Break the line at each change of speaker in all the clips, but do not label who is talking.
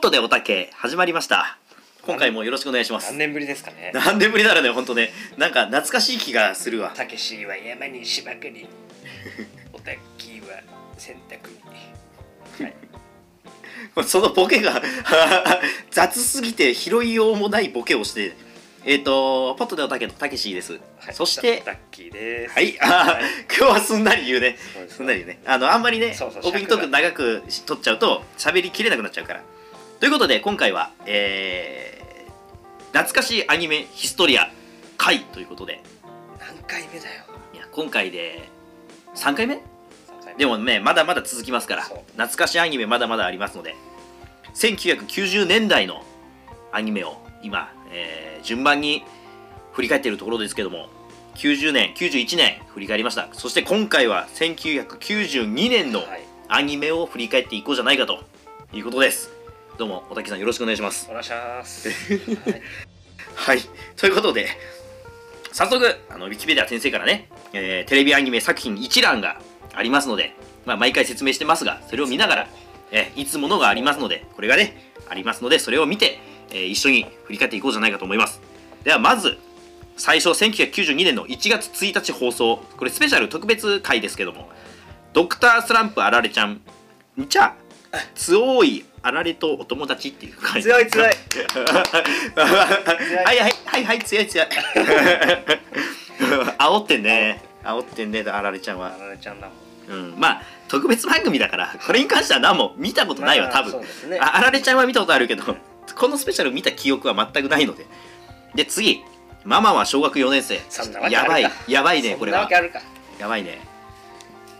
トでおたけ始まりました今回もよろしくお願いします
何年ぶりですかね
何年ぶりだろうね本当ねなんか懐かしい気がするわ
たけしは山に芝 生におたきは洗濯に、はい、
そのボケが 雑すぎて拾いようもないボケをしてえっ、とポットでおたけのたけしです、
は い
そして
たたっきーです
はい、 あー今日はすんなり言うね。
そうです
すんなり言うね。あの、あんまりね、
そうそう
オープニングトーク長くし取っちゃうと、喋りきれなくなっちゃうから。ということで、今回は、えー、懐かしいアニメヒストリア回ということで、
何回目だよ
いや今回で3回目
三回目
でもね、まだまだ続きますから、
そう
懐かしいアニメまだまだありますので、1990年代のアニメを今、えー順番に振り返っているところですけども、90年、91年振り返りました。そして今回は1992年の
はい
アニメを振り返っていこうじゃないかということです。どうも、おたけさんよろしくお願いします。
お願いし ます、はい
はい。ということで、早速、あの、ウィキペディア先生からね、えーテレビアニメ作品一覧がありますので、まあ、毎回説明してますが、それを見ながら、えーいつものがありますので、これがね、ありますので、それを見て、えー一緒に振り返っていこうじゃないかと思います。では、まず、最初、1992年の1月1日放送、これスペシャル特別回ですけども、ドクタースランプあられちゃん、んちゃ、強いあられとお友達っていう回。
強い強い
はいはいはいはい強い強 い煽ってんね煽ってんねあられちゃん
あ
は、
られちゃんだもん
うん、まあ特別番組だからこれに関しては何も見たことないわ
まあ
多
そう
分
ですね
ああられちゃんは見たことあるけどこのスペシャル見た記憶は全くないのでで次ママは小学4年生
そんなわけあ
や
る
ば
か
いやばいね
そ
こ
ん
れ
なわ
は
けあるか
やばいね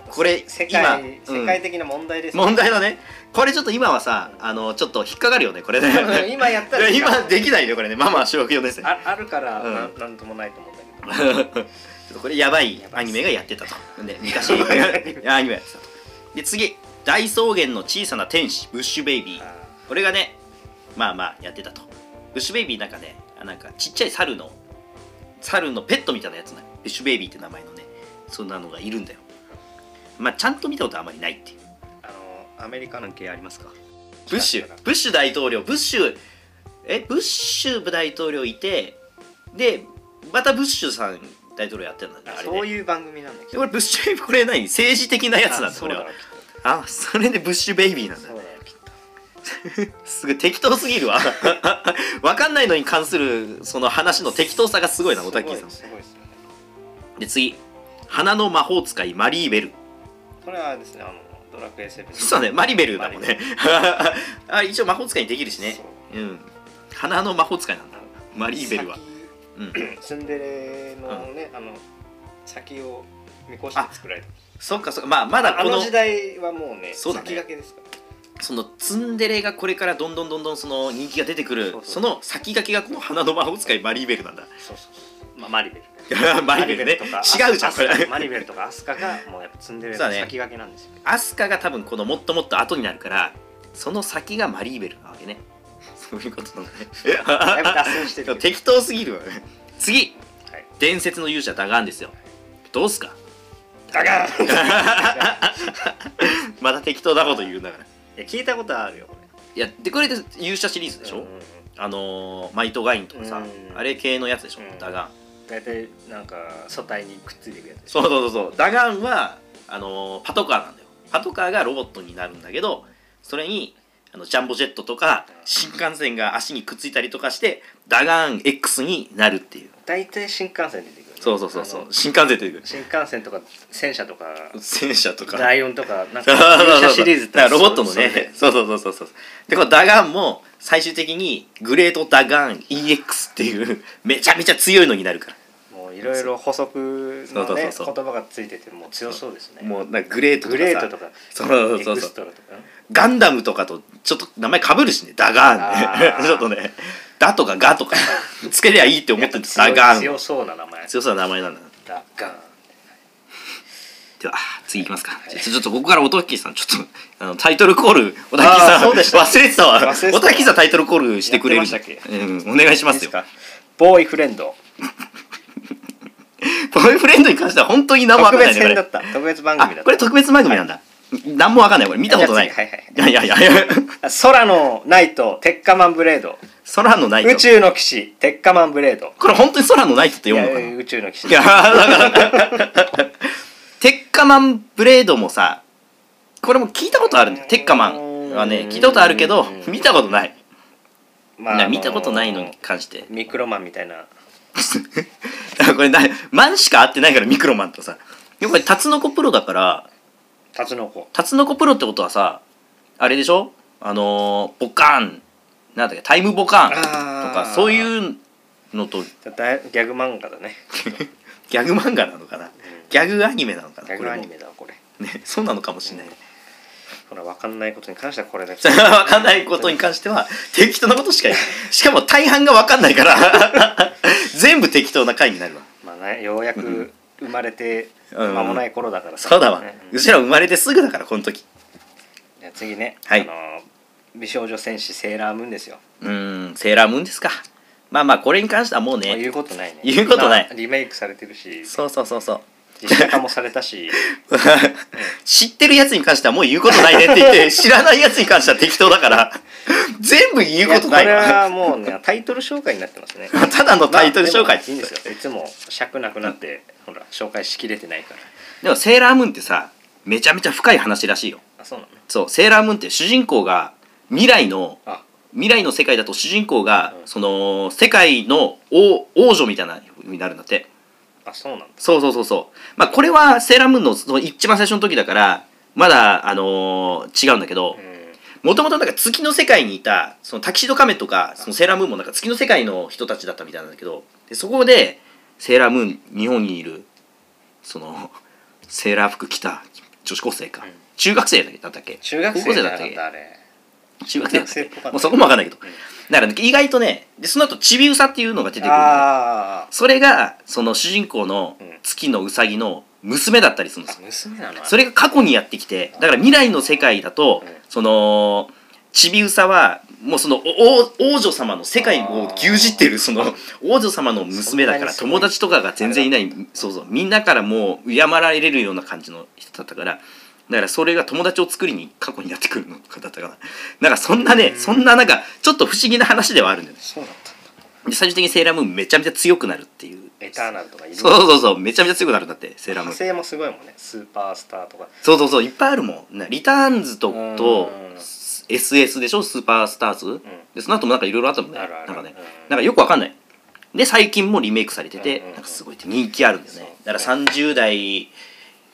これ
世界
今うん
世界的な問題です、
問題だねこれちょっと今はさあのちょっと引っかかるよねこ れね
今やったら
今できないよこれねママは小学4年生
ああるから
うん
なんなんともないと思うんだけど、
ちょっとこれやばいアニメがやってたと。で 昔アニメやってたと。で次大草原の小さな天使ブッシュベイビー。
あ
これがねまあまあやってたと。ブッシュベイビーなんかねあなんかちっちゃい猿の猿のペットみたいなやつなのブッシュベイビーって名前のねそんなのがいるんだよ。まあちゃんと見たことはあまりないっていう。
ーあのアメリカの系ありますか
ブッシュブッシュ大統領ブッシュえブッシュ大統領いてでまたブッシュさん大統領やってるんだねあれね。
そういう番組なんだけ
で
ど
これブッシュこれ何政治的なやつなん
あ
だ
そ
こ
う
れ
だろ
は
うきっと
あそれでブッシュベイビーなんだ
そうだろうきっと
すごい適当すぎるわ わかんないのに関するその話の適当さがすごいなオタキーさ
すごいですよね
んで次花の魔法使いマリーベル
これはですねあのドラクエセブン
そうねマリベルだもんね あ一応魔法使いにできるしねうん花の魔法使いなんだマリーベルはうん
先ツンデレのね、あの先を見越して作られた
そっかそっかまあまだ
あ
この
の時代はもうね
そうだね
先駆けですから
そのツンデレがこれからどんどんどんどんその人気が出てくる
そうそう
その先駆けがこの花の魔法使いマリーベル なんだ
そうそうそう、まあ、マリベル
マリベルね
マ
違
とか
うじゃん
アス
これ
マリベルとかアスカがもうやっぱツンデレの
そうだね
先駆けな んですよ、
アスカが多分このもっともっと後になるからその先がマリーベルなわ けねそういうことなん
だいぶ
だ
脱
ね
線してるけ
適当すぎるわね次
ど、はい、
伝説の勇者ダガンですよどうすか
だが
また適当なこと言うんだから
いや聞いたことあるよこ
いやでこれで勇者シリーズ
れ
でしょ、
うんうんうん
あのーマイトガインとかさ、
うん
あれ系のやつでしょ、
うん
ダガン
大体なんか素体にくっついていくやつでしょ
そうそうそうそうダガンはあのーパトカーなんだよパトカーがロボットになるんだけどそれにあのジャンボジェットとか新幹線が足にくっついたりとかしてダガン X になるっていう
大体新幹線出てくるね、
そうそうそうそ
あ
う
の
新幹線出てくる
新幹線とか戦車とか
戦車とか
ライオンとかなんか
そうそう そう
勇者シリーズっ
だから
て
ロボットの
そうそう
ねそうそうそうそうそうでこのダガンも最終的にグレートダガン EX っていうめちゃめちゃ強いのになるから
もういろいろ補足
そ
の
うそう
ね
そうそう
言葉がついててもう強そうですね
もうなんかグレートと
グ
かさ
レートとか
そうそうそう
エク
そう
ストラとか
ガンダムとかとちょっと名前かぶるしねダガーン
あ
ね
ー
ちょっとね「だ」とか「が」とかつけりゃいいって思ってたダ
強い
ガーン
強そうな名前
強そうな名前なんだな
ダガン
では次行きますか、じゃあちょっとここからおたきさんちょっとあのタイトルコールおたきさ
あー
ん
そうでした
忘れてたわ
忘れて
お
た
たきさんタイトルコールしてくれる
やってましたっ
うん、お願いします
いいです
よ
かボーイフレンド
ボーイフレンドに関しては本当に何もわか
特
んないねこれ
別編だった特別番
あ
組だった
これ特別番組なんだ、何もわかんないこれ見たことない
じゃあ次は
いや
いはい
いやいやいや
あ空のナイト鉄火マンブレード
空のナイト
宇宙の騎士鉄火マンブレード
これ本当に空のナイトって
い
読む
や
のかない
宇宙の騎士
いやだから鉄火マンブレードもさこれも聞いたことあるんだよ鉄火マンはね聞いたことあるけど
うん
見たことない
ま
な見たことないのに関して
ミクロマンみたいな
だからこれなマンしか合ってないからミクロマンとさでもこれタツノコプロだから
タツノコ
タツノコプロってことはさあれでしょあのーボカーンなんだっけタイムボカーンとか
あー
そういうのと
だギャグ漫画だね
ギャグ漫画なのかなギャグアニメなのかな
ギャ
こ
グ
れも
アニメだわこれ
ねそうなのかもしれない
ほら分かんないことに関してはこれだ け
それは分かんないことに関しては適当なことしか言うしかも大半が分かんないから全部適当な回になるわ
まあねようやく生まれて
うん
間もない頃だからさ
そうだわ
ね
うちら生まれてすぐだからこの時
じゃあ次ね
はい
あのー美少女戦士セーラームーンですよ
うーんセーラームーンですかまあまあこれに関してはもう
まあ言
ね
うことないね
言うことない
まあリメイクされてるし
そうそうそうそう
実写化もされたし
知ってるやつに関してはもう言うことないねって言って知らないやつに関しては適当だから全部 言うことない
いやこれ
わ
はもうねタ イトル紹介になってますね
ただのタイトル紹介
まあでもいいんですよいつも尺なくなってほら紹介しきれてないから
でもセーラームーンってさめちゃめちゃ深い話らしいよ
あそうなの
そうセーラームーンって主人公が未来の
あ
未来の世界だと主人公が、
うん
その世界の王王女みたいな風になるんだって
あそうなんだ
そうそうそうそうまあこれはセーラームーンのその一番最初の時だからまだあのー違うんだけどもともとなんか月の世界にいたそのタキシードカメとかそのセーラームーンもなんか月の世界の人たちだったみたいなんだけどでそこでセーラームーン日本にいるそのセーラー服着た女子高生か、
うん
中学生だったっけ
中学
高校
生
生
だ
だった
った
っ
ん
け
だあれ
中学生だったっ
中学生っ
け
ぽかった
もうそこもわかんないけど
うん
だからね意外とねでその後ちびうさっていうのが出てくるのね
あ
それがその主人公の
うん
月のうさぎの娘だったりするん
ー
で
あ
すよ
娘なの
それが過去にやってきてだから未来の世界だと
うん
そのちびうさはもうそのお王王女様の世界を牛耳ってるその王女様の娘だから
そんな
友
にすごい
達とかが全然いないそうそうみんなからもう敬られるような感じの人だったからだからそれが友達を作りに過去にやってくるのかだったかななんかそんなね
うん
そんななんかちょっと不思議な話ではあるんだよね
そうだったんだ
で最終的にセーラームーンめちゃめちゃ強くなるっていう
エターナルとかいる
そうそうそうめちゃめちゃ強くなるんだってセーラームー
派
ン
生もすごいもんねスーパースターとか
そうそうそういっぱいあるもんなリターンズと
うん
と SS でしょスーパースターズ、でその後もなんかいろいろあったもんね
あるある
なんかね
うん
なんかよくわかんないで最近もリメイクされてて、
うんうんうん
なんかすごいって人気あるんだよね
そう
だから30代、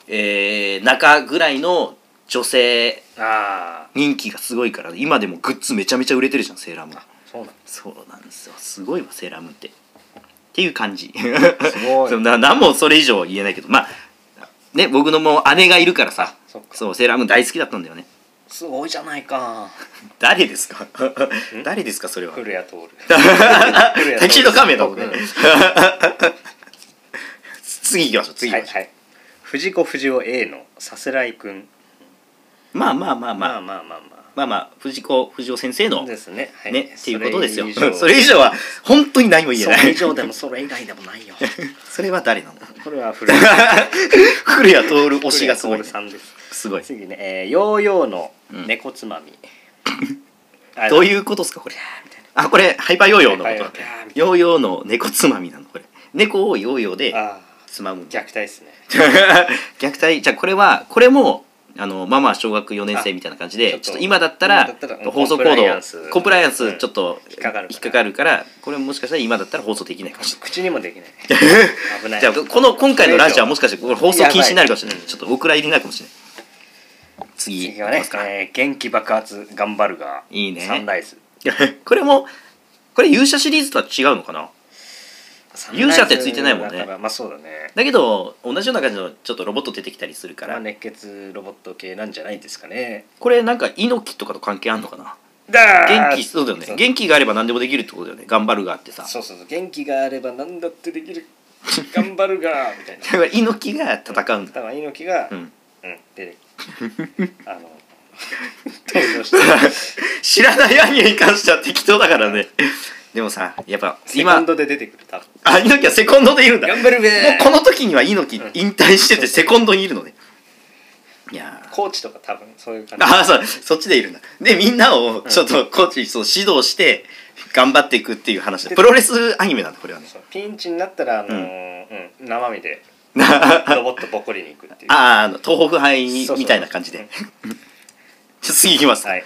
えー中ぐらいの女性
ああ
人気がすごいから今でもグッズめちゃめちゃ売れてるじゃんセーラームーン
そうなんだ
そうなんですよすごいわセーラームーンってっていう感じ
すごい
そうな何もそれ以上は言えないけどまあね僕のもう姉がいるからさ
そっか
そうセーラームーン大好きだったんだよね
すごいじゃないか
誰ですか誰ですかそれは
古谷徹
タキシード仮面だもんね
うん
次行きましょう次
は
行き
い
ましょう、
はい藤子不二雄 A のさすらいくん
まあまあまあまあ、
まあまあまあま
まあまあ藤子不二雄先生の
あ
ね
ですねは
っていうことですよ
それ以上
それ以上は本当に何も言え
そ
な
れ以
い
上でもそれ以外でもないよ
それは誰なの
これは古 谷徹
古谷徹推しがすごい、ね、
さんです
すごい
次ね、えー、ヨーヨーの
うん
猫つまみ、
どう
う
いうことですかこれあこれハイパーヨーヨーのこ
ハイパーヨ
と
ーヨ
ヨ
ー
ーヨーの猫つまみなのこれ猫をヨーヨーで
あ
つまむ
ー虐待ですね
虐待じゃあこれはこれもあのママ小学4年生みたいな感じで
あち
ち
ょっと
ょっと今だったら
今だったら
放送コ
コンプライアン
ー
ス
ドコンプライアンスちょっと
うん引っかかるから
引っかかるからこれもしかしたら今だったら放送できないかもしれ
口にもで きない危な
ないいじゃあこの今回のラジオはもしかしてこれ放送禁止になるかもしれない
やばい
ちょっとお蔵入りになるかもしれない次
次はい
き
ね
ますか、
えー元気爆発頑張るが
いいね
サンライズ
これもこれ勇者シリーズとは違うのかな勇者ってついてないもんね
サンライズだからまあそうだね
だけど同じような感じのちょっとロボット出てきたりするか
まあ
ら
熱血ロボット系なんじゃないですかね
これなんか猪木とかと関係あんのかな
だー
元気そうだよね元気があれば何でもできるってことだよね頑張るがあってさ
そうそうそう元気があれば何だってできる頑張るが みたいな
だから猪木が戦うんだ
だから猪木が、
うん
うん、であの登場して
知らないアニメに関しては適当だからねでもさやっぱ
セ
今
カンドで出てくる多分
あ猪木はセコンドでいるんだもう
頑張るべー
この時には猪木
うん
引退しててセコンドにいるのねいやー
コーチとか多分そういう感じ
ああそうそっちでいるんだでみんなをちょっとコーチそう指導して頑張っていくっていう話だプロレスアニメなんだこれはね
そうピンチになったら、あのーうん生身で
あ
ロボットボコりに行くっていう
ああの東北杯
そうそう
みたいな感じでじゃあ 次いきます、
はい、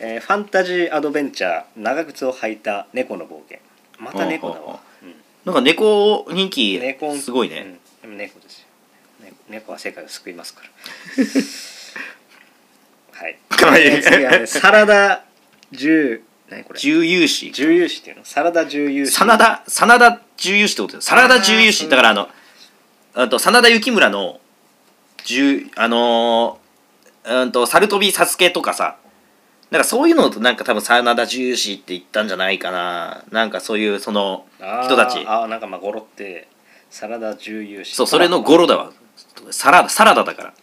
えーファンタジーアドベンチャー長靴を履いた猫の冒険また猫だ
ほうほう
わ
ほ、
うん
なんか猫人気
猫
すごいね、、
うんでも猫ですよ、ね猫は世界を救いま すからはい
かわいい
えー次はねサラダ重何これ
重油脂
重油脂っていうのサラダ重油脂
真田真田重油脂ってことだよ真田重油脂だからあのあと真田幸村の重あのー、うんと猿飛びサスケとかさなんかそういうのとなんか多分真田重油脂って言ったんじゃないかななんかそういうその
あー
人たち
あーなんかまあゴロってサラダ重油脂
そうそれの
ロ
語呂だわサラダサラダだから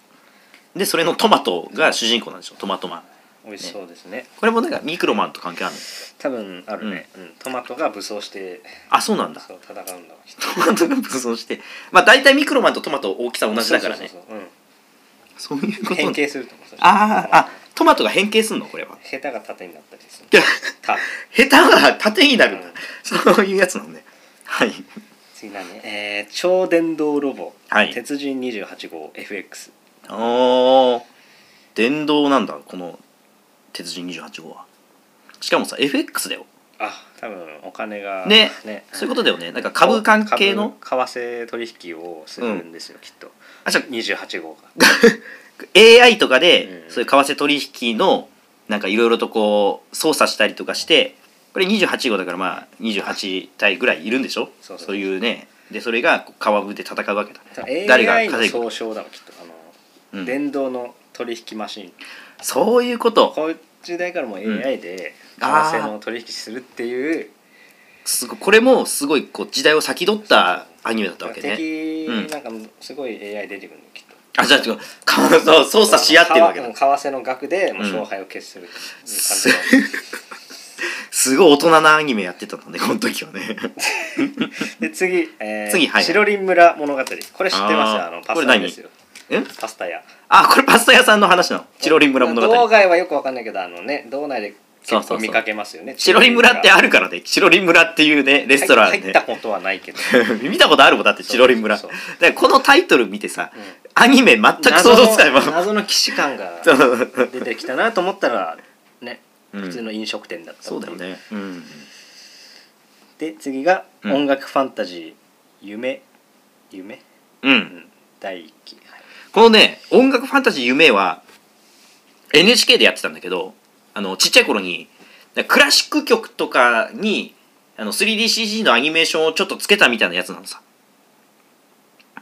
でそれのトマトが主人公なんでしょトマトマン
美味しそうですね
これもなんかミクロマンと関係あるの
多分あるね、うんトマトが武装して
あそうなんだ
そう戦うんだわきっと
トマトが武装してまあ大体ミクロマンとトマト大きさ同じだからね
そうそうそう
そういう
う
こと
ん、
な
変
んだ
形すると思う
あーあトマトが変形すんのこれは
下手が縦になったりする
いや
た
下手が縦になるんだ
うん
そういうやつなのねはい
次何えー超電導ロボ、
はい
鉄人28号 FX
おー電動なんだこの鉄人28号はしかもさ FX だよ
あ多分お金が
ねそういうことだよねなんか株関係の
株為替取引をするんですよ、きっと
あじゃ
28号が
AI とかで
うん
そういう為替取引のなんかいろいろとこう操作したりとかしてこれ28号だからまあ28体ぐらいいるんでしょ
そうそう
いうねでそれがこう株で戦うわけだ、誰が
AI の
稼ぐ
総称だもんきっとあの、
うん
電動の取引マシン
そういうこと
こういう時代からもう AI で為
あー
替の取引するっていう、
すごいこれもすごいこう時代を先取ったアニメだったわけねうん
敵なんかすごい AI 出てくるのきっと
あじゃあ違うかそう操作し合ってるわけだ
為替の額でもう
うん
勝敗を決する
す
感じの
すごい大人なアニメやってたのねこの時はね
で次、えー
次はい
白林村物語これ知ってます
あ
よ
ー
あのパ
こ
ス
れ
タ
何
ですよ
え
パスタ屋
あこれパスタ屋さんの話なのチロリン村物
道
語
外はよくわかんないけどあのね道内で
そうそう
結構
そう
見かけますよね
チロリン村ってあるからねチロリン村っていうねレストラン
入入
ね
ったことはないけど
見たことあるもんだってチロリン村だ
そう
か
そうそ
らこのタイトル見てさ
ううん
アニメ全く想像つかないもん
謎の謎の既視感が
そう
出てきたなと思ったらね
うん
普通の飲食店だったってい
そうだよねうん
で次が
うん
音楽ファンタジー、夢夢
う
うんん第一期はい
このね「音楽ファンタジー夢」は NHK でやってたんだけどあのちっちゃい頃にクラシック曲とかにあの 3DCG のアニメーションをちょっとつけたみたいなやつなのさ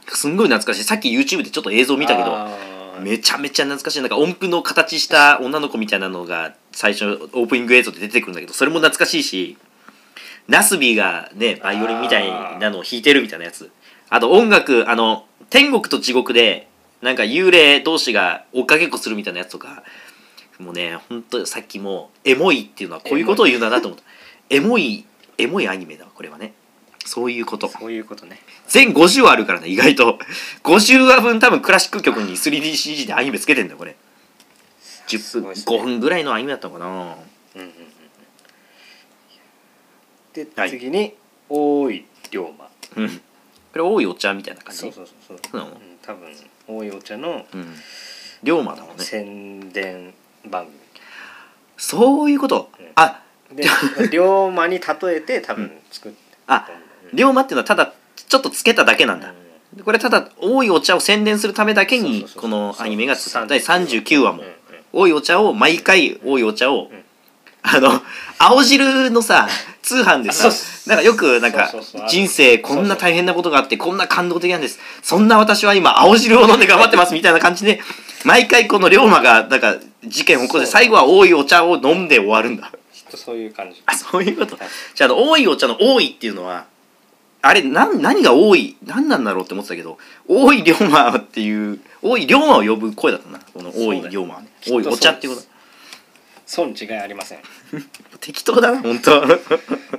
すんごい懐かしいさっき YouTube でちょっと映像見たけど
あー
めちゃめちゃ懐かしいなんか音符の形した女の子みたいなのが最初オープニング映像で出てくるんだけどそれも懐かしいしナスビがねバイオリンみたいなのを弾いてるみたいなやつあと音楽あの天国と地獄でなんか幽霊同士が追っかけっこするみたいなやつとかもうねほんとさっきもエモいっていうのはこういうことを言うなだと思ったエモいエモいアニメだわこれはねそういうこと
そういうことね
全50話あるからね意外と50話分多分クラシック曲に 3DCG でアニメつけてんだよこれ10分、
すごい
5
っすね
分ぐらいのアニメだったのかな
うんうんうんで、
はい
次に大井龍馬
うんこれ多いお茶みたいな感じ
そうそうそうそう、
そうなの
ん多分大井お茶の
うん龍馬だもんね
宣伝番組
そういうこと
うん
あ
で 龍馬に例えて多
う
分作って
あ龍馬っていうのはただちょっとつけただけなんだこれただ多いお茶を宣伝するためだけにこのアニメが作った第39話も多いお茶を毎回多いお茶を
うん
あの青汁のさ通販でさ
あそうそ
な
う
んかよくなんか
そうそうそうある
人生こんな大変なことがあってこんな感動的なんですそんな私は今青汁を飲んで頑張ってますみたいな感じで毎回この龍馬がなんか事件を起こして
そう
最後は多いお茶を飲んで終わるんだ
きっとそういう感じ
あそういうこと
はい
じゃああの多いお茶の多いっていうのはあれなん何が多い何なんだろうって思ってたけど多い龍馬っていう多い龍馬を呼ぶ声だったなこの多い龍馬はね
そう
多
だよ
いお茶っていうこと
そうに違いありません
適当だな本当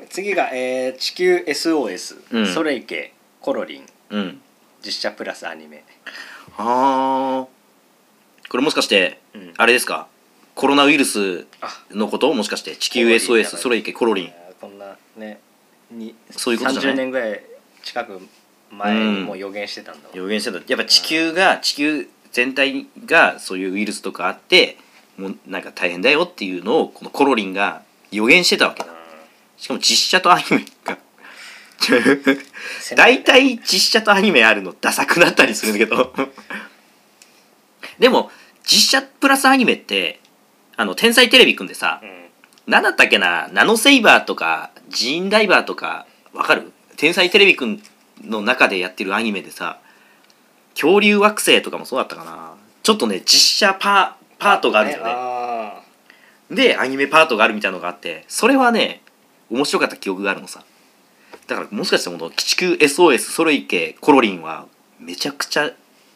次が、えー地球 SOS、
うん
ソレイケコロリン
うん
実写プラスアニメ
あーこれもしかして、
うん
あれですかコロナウイルス
あ
のこともしかして地球
コロリンじゃない
SOS それいけコロリン
こんなねに
そういうことじゃない
30年ぐらい近く前
う
に
ん
もう予言してたんだわ
予言してたやっぱ地球が地球全体がそういうウイルスとかあってもうなんか大変だよっていうのをこのコロリンが予言してたわけだしかも実写とアニメが大体実写とアニメあるのダサくなったりするんだけどでも実写プラスアニメってあの天才テレビくんでさ
うん
何だったっけなナノセイバーとかジーンダイバーとかわかる天才テレビくんの中でやってるアニメでさ恐竜惑星とかもそうだったかなちょっとね実写パーパートがあるんだよね
あ
でアニメパートがあるみたいなのがあってそれはね面白かった記憶があるのさだからもしかしてこの「鬼畜 SOS ソロイケコロリン」はめちゃくちゃ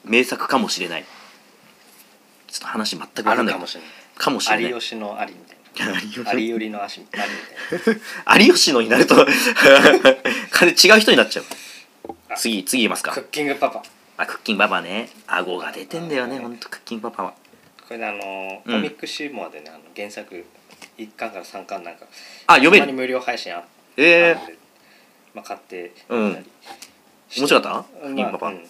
名作かもしれないちょっと話全く分
ーあ
かん
る
ない
か
か
も
もし
しれ
れ
な
ないい
有吉のありみたいな
有
あ
吉
りよりの足みたい
有吉のになると 彼違う人になっちゃう
あ
次次言います
な
か
クッキングパパこ
あクッキンババね顎が出てんだよねほんとクッキンババは
れねあの
うん
コミックシーモアでねあの原作一巻から三巻なんか
あ読め
たまに
る
無料配信あっ
え
あのでまあ買って
うん
見たりして
面白かったクッキン
まあ
ババ
うん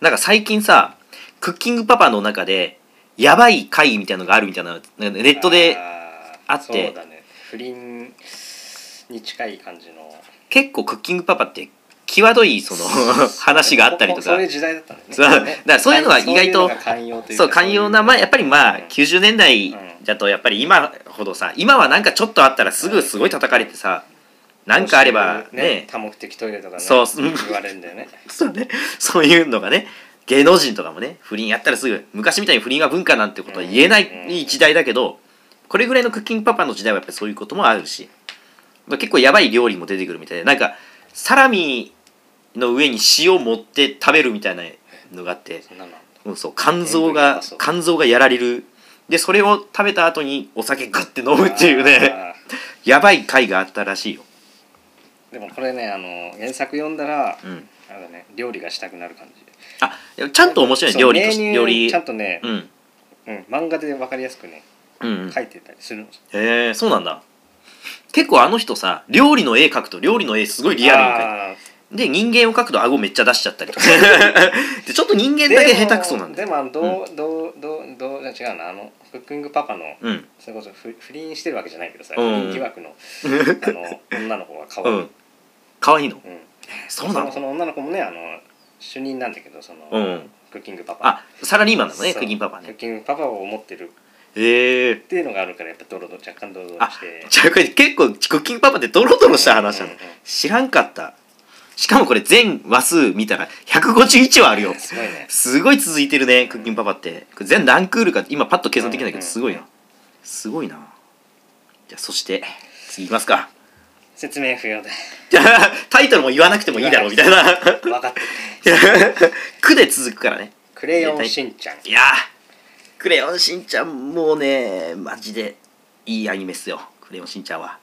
なんか最近さクッキングパパの中でやばい会みたいなのがあるみたいななんかネットで
あ
あ
ー
って
そうだね不倫に近い感じの
結構クッキングパパって際どいそ の 話があったりと
そう
か
いう時代だったんだよね
そうだからそういうのは意外と
そういうのが寛容というか
そう寛容なまあやっぱりまあ
うん
90年代だとやっぱり今ほどさ今はなんかちょっとあったらすぐすごい叩かれてさなんかあればね
多目的トイレとかね
そう
言われるんだよね
そうねそういうのがね芸能人とかもね不倫やったらすぐ昔みたいに不倫が文化なんてことは言えな
うん
い時代だけどこれぐらいのクッキングパパの時代はやっぱりそういうこともあるし結構やばい料理も出てくるみたいでなんかサラミの上に塩持って食べるみたいなのがあって
そん なの
うんそう肝臓が
そう
肝臓がやられるでそれを食べた後にお酒グッて飲むっていうね
あ
やばい回があったらしいよ、
ーでもこれねあの原作読んだら
うん、
あのね料理がしたくなる感じ
あでもちゃんと面白いね
そう
料理とし
メニ
て
ュー
料理
ちゃんとね
う、ん
うん漫画でわかりやすくね
うんうん
書いてたりするの
へえそうなんだ結構あの人さ料理の絵描くと料理の絵すごいリアルに描いて
あー
で人間を描くと顎めっちゃ出しちゃったりとか でちょっと人間
で
だけ下手くそなんだ
で
よ
もあのどうどうどうどう違うなあのクッキングパパの
うん
それこそ不不倫してるわけじゃないけどさ、
うん
不倫疑惑のあ の女の子が可
う
愛い、うん
ん可愛いの
そ
そうな
のそ
の
の女の子もねあの主任なんだけどその、
うん
クッキングパパ
あサラリーマンなのね
そう
クッキンパパ
クッ
ね
キングパパを思ってる
へえ
っていうのがあるからやっぱドロドロ若干ドロドロ
あ
して
じゃあこれ結構クッキンパパってドロドロした話なの
うんうんうん
知らんかったしかもこれ全話数見たら151話あるよ
すごいね
すごい続いてるねクッキンパパってこれ全何クールか今パッと計算できないけ
うん
ど
うん
すごいなすごいなじゃあそして次いきますか
説明不要で
タイトルも言わなくてもいいだろうみたいな
分かってる
句で続くからね
クレヨンしんちゃん
いやークレヨンしんちゃんもうねマジでいいアニメっすよクレヨンしんちゃんは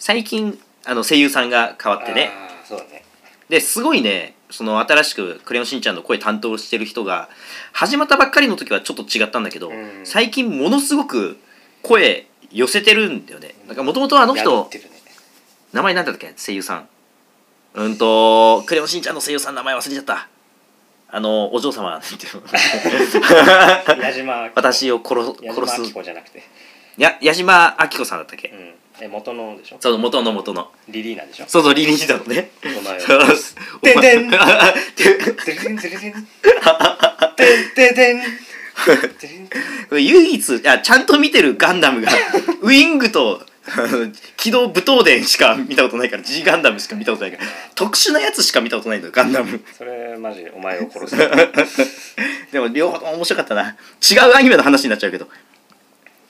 最近あの声優さんが変わってね
あーそうだね
ですごいねその新しく「クレヨンしんちゃん」の声担当してる人が始まったばっかりの時はちょっと違ったんだけど、
うん
最近ものすごく声寄せてるんだよねなんかもともとあの
やっ
人
てるね
名前なんだったっけ声優さんうんと「クレヨンしんちゃん」の声優さん名前忘れちゃったあのお嬢様なんていうの
矢島
私を殺す
矢島
殺
明
す
子じゃなくて、
や矢島明子さんだったっけ、
うん、え元のでしょ
そう元の元の
リリーナでしょ
そうそうリリースだのね
お前
そう
はてんてんてれてんて れてんてんてんてれてん
唯一あちゃんと見てるガンダ ムがウィングとあの機動武闘伝しか見たことないから G ガンダムしか見たことないから特殊なやつしか見たことないんだよガンダム
それマジお前を殺す
でも両方とも面白かったな違うアニメの話になっちゃうけど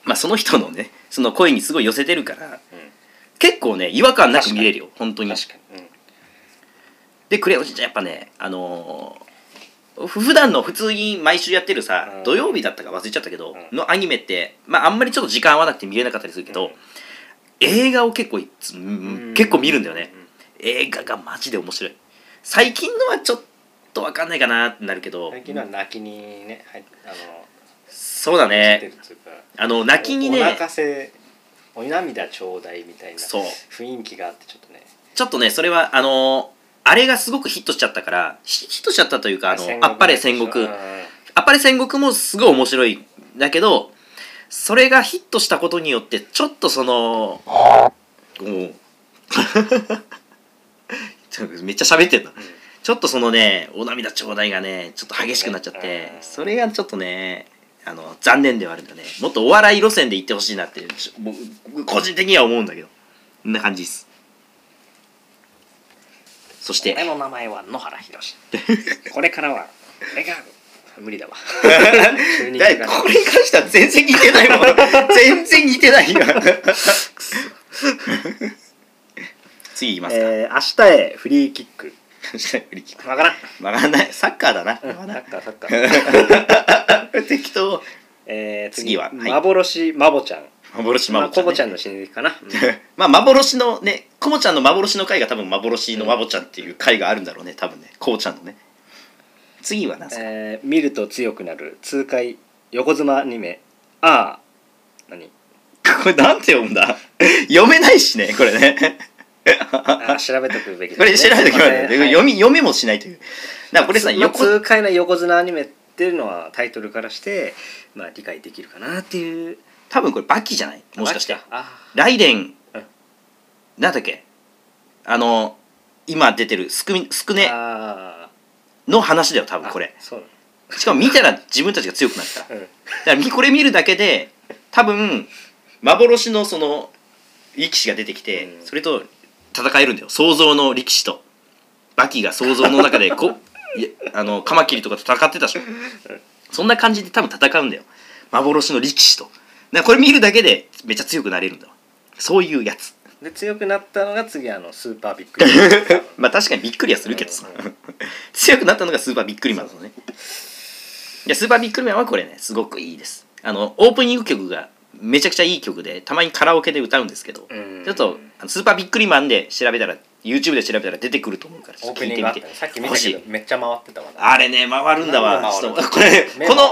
まあその人のねその声にすごい寄せてるから結構ね違和感なく見れるよ本当
うん
に
確かに、うん
でクレヨンしんちゃんやっぱねあのーふ普段の普通に毎週やってるさ、
うん
土曜日だったか忘れちゃったけど、
うん
のアニメって、まあ、あんまりちょっと時間合わなくて見れなかったりするけど、
うん
映画を結構いつ、うん
うん
結構見るんだよね、
う
映画がマジで面白い最近のはちょっと分かんないかなってなるけど
最近のは泣きにねはいあの
そうだ
来て
ね
るっていうか
あの泣きに
おお
ね
泣かせお涙ちょうだいみたいな
そう
雰囲気があってちょっとね
ちょっとねそれはあのあれがすごくヒットしちゃったからヒヒットしちゃったというかあの
戦
あっぱれ戦国
うん
あっぱれ戦国もすごい面白いんだけどそれがヒットしたことによってちょっとそのおうちょっと めっちゃ喋ってんのちょっとそのねお涙ちょうだいがねちょっと激しくなっちゃって
うん
それがちょっとねあの残念ではあるんだねもっとお笑い路線で行ってほしいなってちょ僕個人的には思うんだけどこんな感じですそして
俺の名前は野原ひ ろしこれからは俺が無理だわ急に
だいこれに関しては全然似てないもん 全然似てないよ次言い ますか、
えー明日へフリーキック
振り切る
わからん
わかんないサッカーだな、
サッカーサッカ ー
適当
えー
次ははい
幻マボちゃん
幻
まあ
ま
コボ
ぼ
ち
ちゃ
ゃ
ん、
ん
ね、
の親戚かなうん
まあ幻のねコボちゃんの幻の回が多分幻のまぼちゃんっていう回があるんだろうね多分ねコボちゃんのね次は何ですか、
えー見ると強くなる痛快横妻アニメああ何
これなんて読むんだ読めないしねこれね
あー調べとくべき
これ知らないときまで、
すいません
読み読めもしないというだからこれさ
その
横
痛快な横綱アニメっていうのはタイトルからして、まあ、理解できるかなっていう
多分これバキじゃないもしかして
ああ
ライデン
うん
なんだっけあの今出てるすくみすくね
あ
の話だよ多
ー
分これ
あそう
しかも見たら自分たちが強くなっただか
なのうん
らみこれ見るだけで多分幻のその力士が出てきて、
うん
それと戦えるんだよ想像の力士とバキが想像の中でこ いやあのカマキリとかと戦ってたでしょそんな感じで多分戦うんだよ幻の力士とだからこれ見るだけでめっちゃ強くなれるんだわそういうやつ
で強くなったのが次あのスーパービッ グリーグ
まあ確かにびっくりはするけどさ
うん
強くなったのがスーパービックリマンですねいやスーパービックリマンはこれねすごくいいですあのオープニング曲がめちゃくちゃいい曲でたまにカラオケで歌うんですけど、
うん
ちょっとあのスーパービックリマンで調べたら YouTube で調べたら出てくると思うからちょ
オ
っ
ー
と
プ
聞い
ニン
てみ
グがあってたねさっき見
ほ
た
し
け
い
どめっちゃ回ってたわな
あれね回るんだわ
何が
ち
回る
ょっとこれ
目
こ
が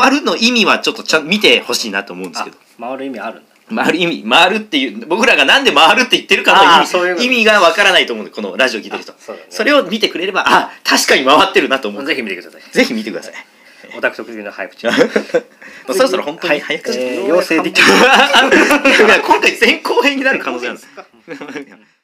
回
の回
る
るの意味はちょっとちゃん見てほしいなと思うんです
あ
けど
回る意味あるんだ
回る意味回るっていう僕らがなんで回るって言ってるかの意
あー
味
そういうこと
意味がわからないと思うんでこのラジオ聞いてる人
あそうだね
それを見てくれればあ確かに回ってるなと思う
ぜひ見てください
ぜひ見てください
オタク特有のハイプチ も
もうそろそろ本当に早く
妖精でき
いや今回前後編になる可能性あるんです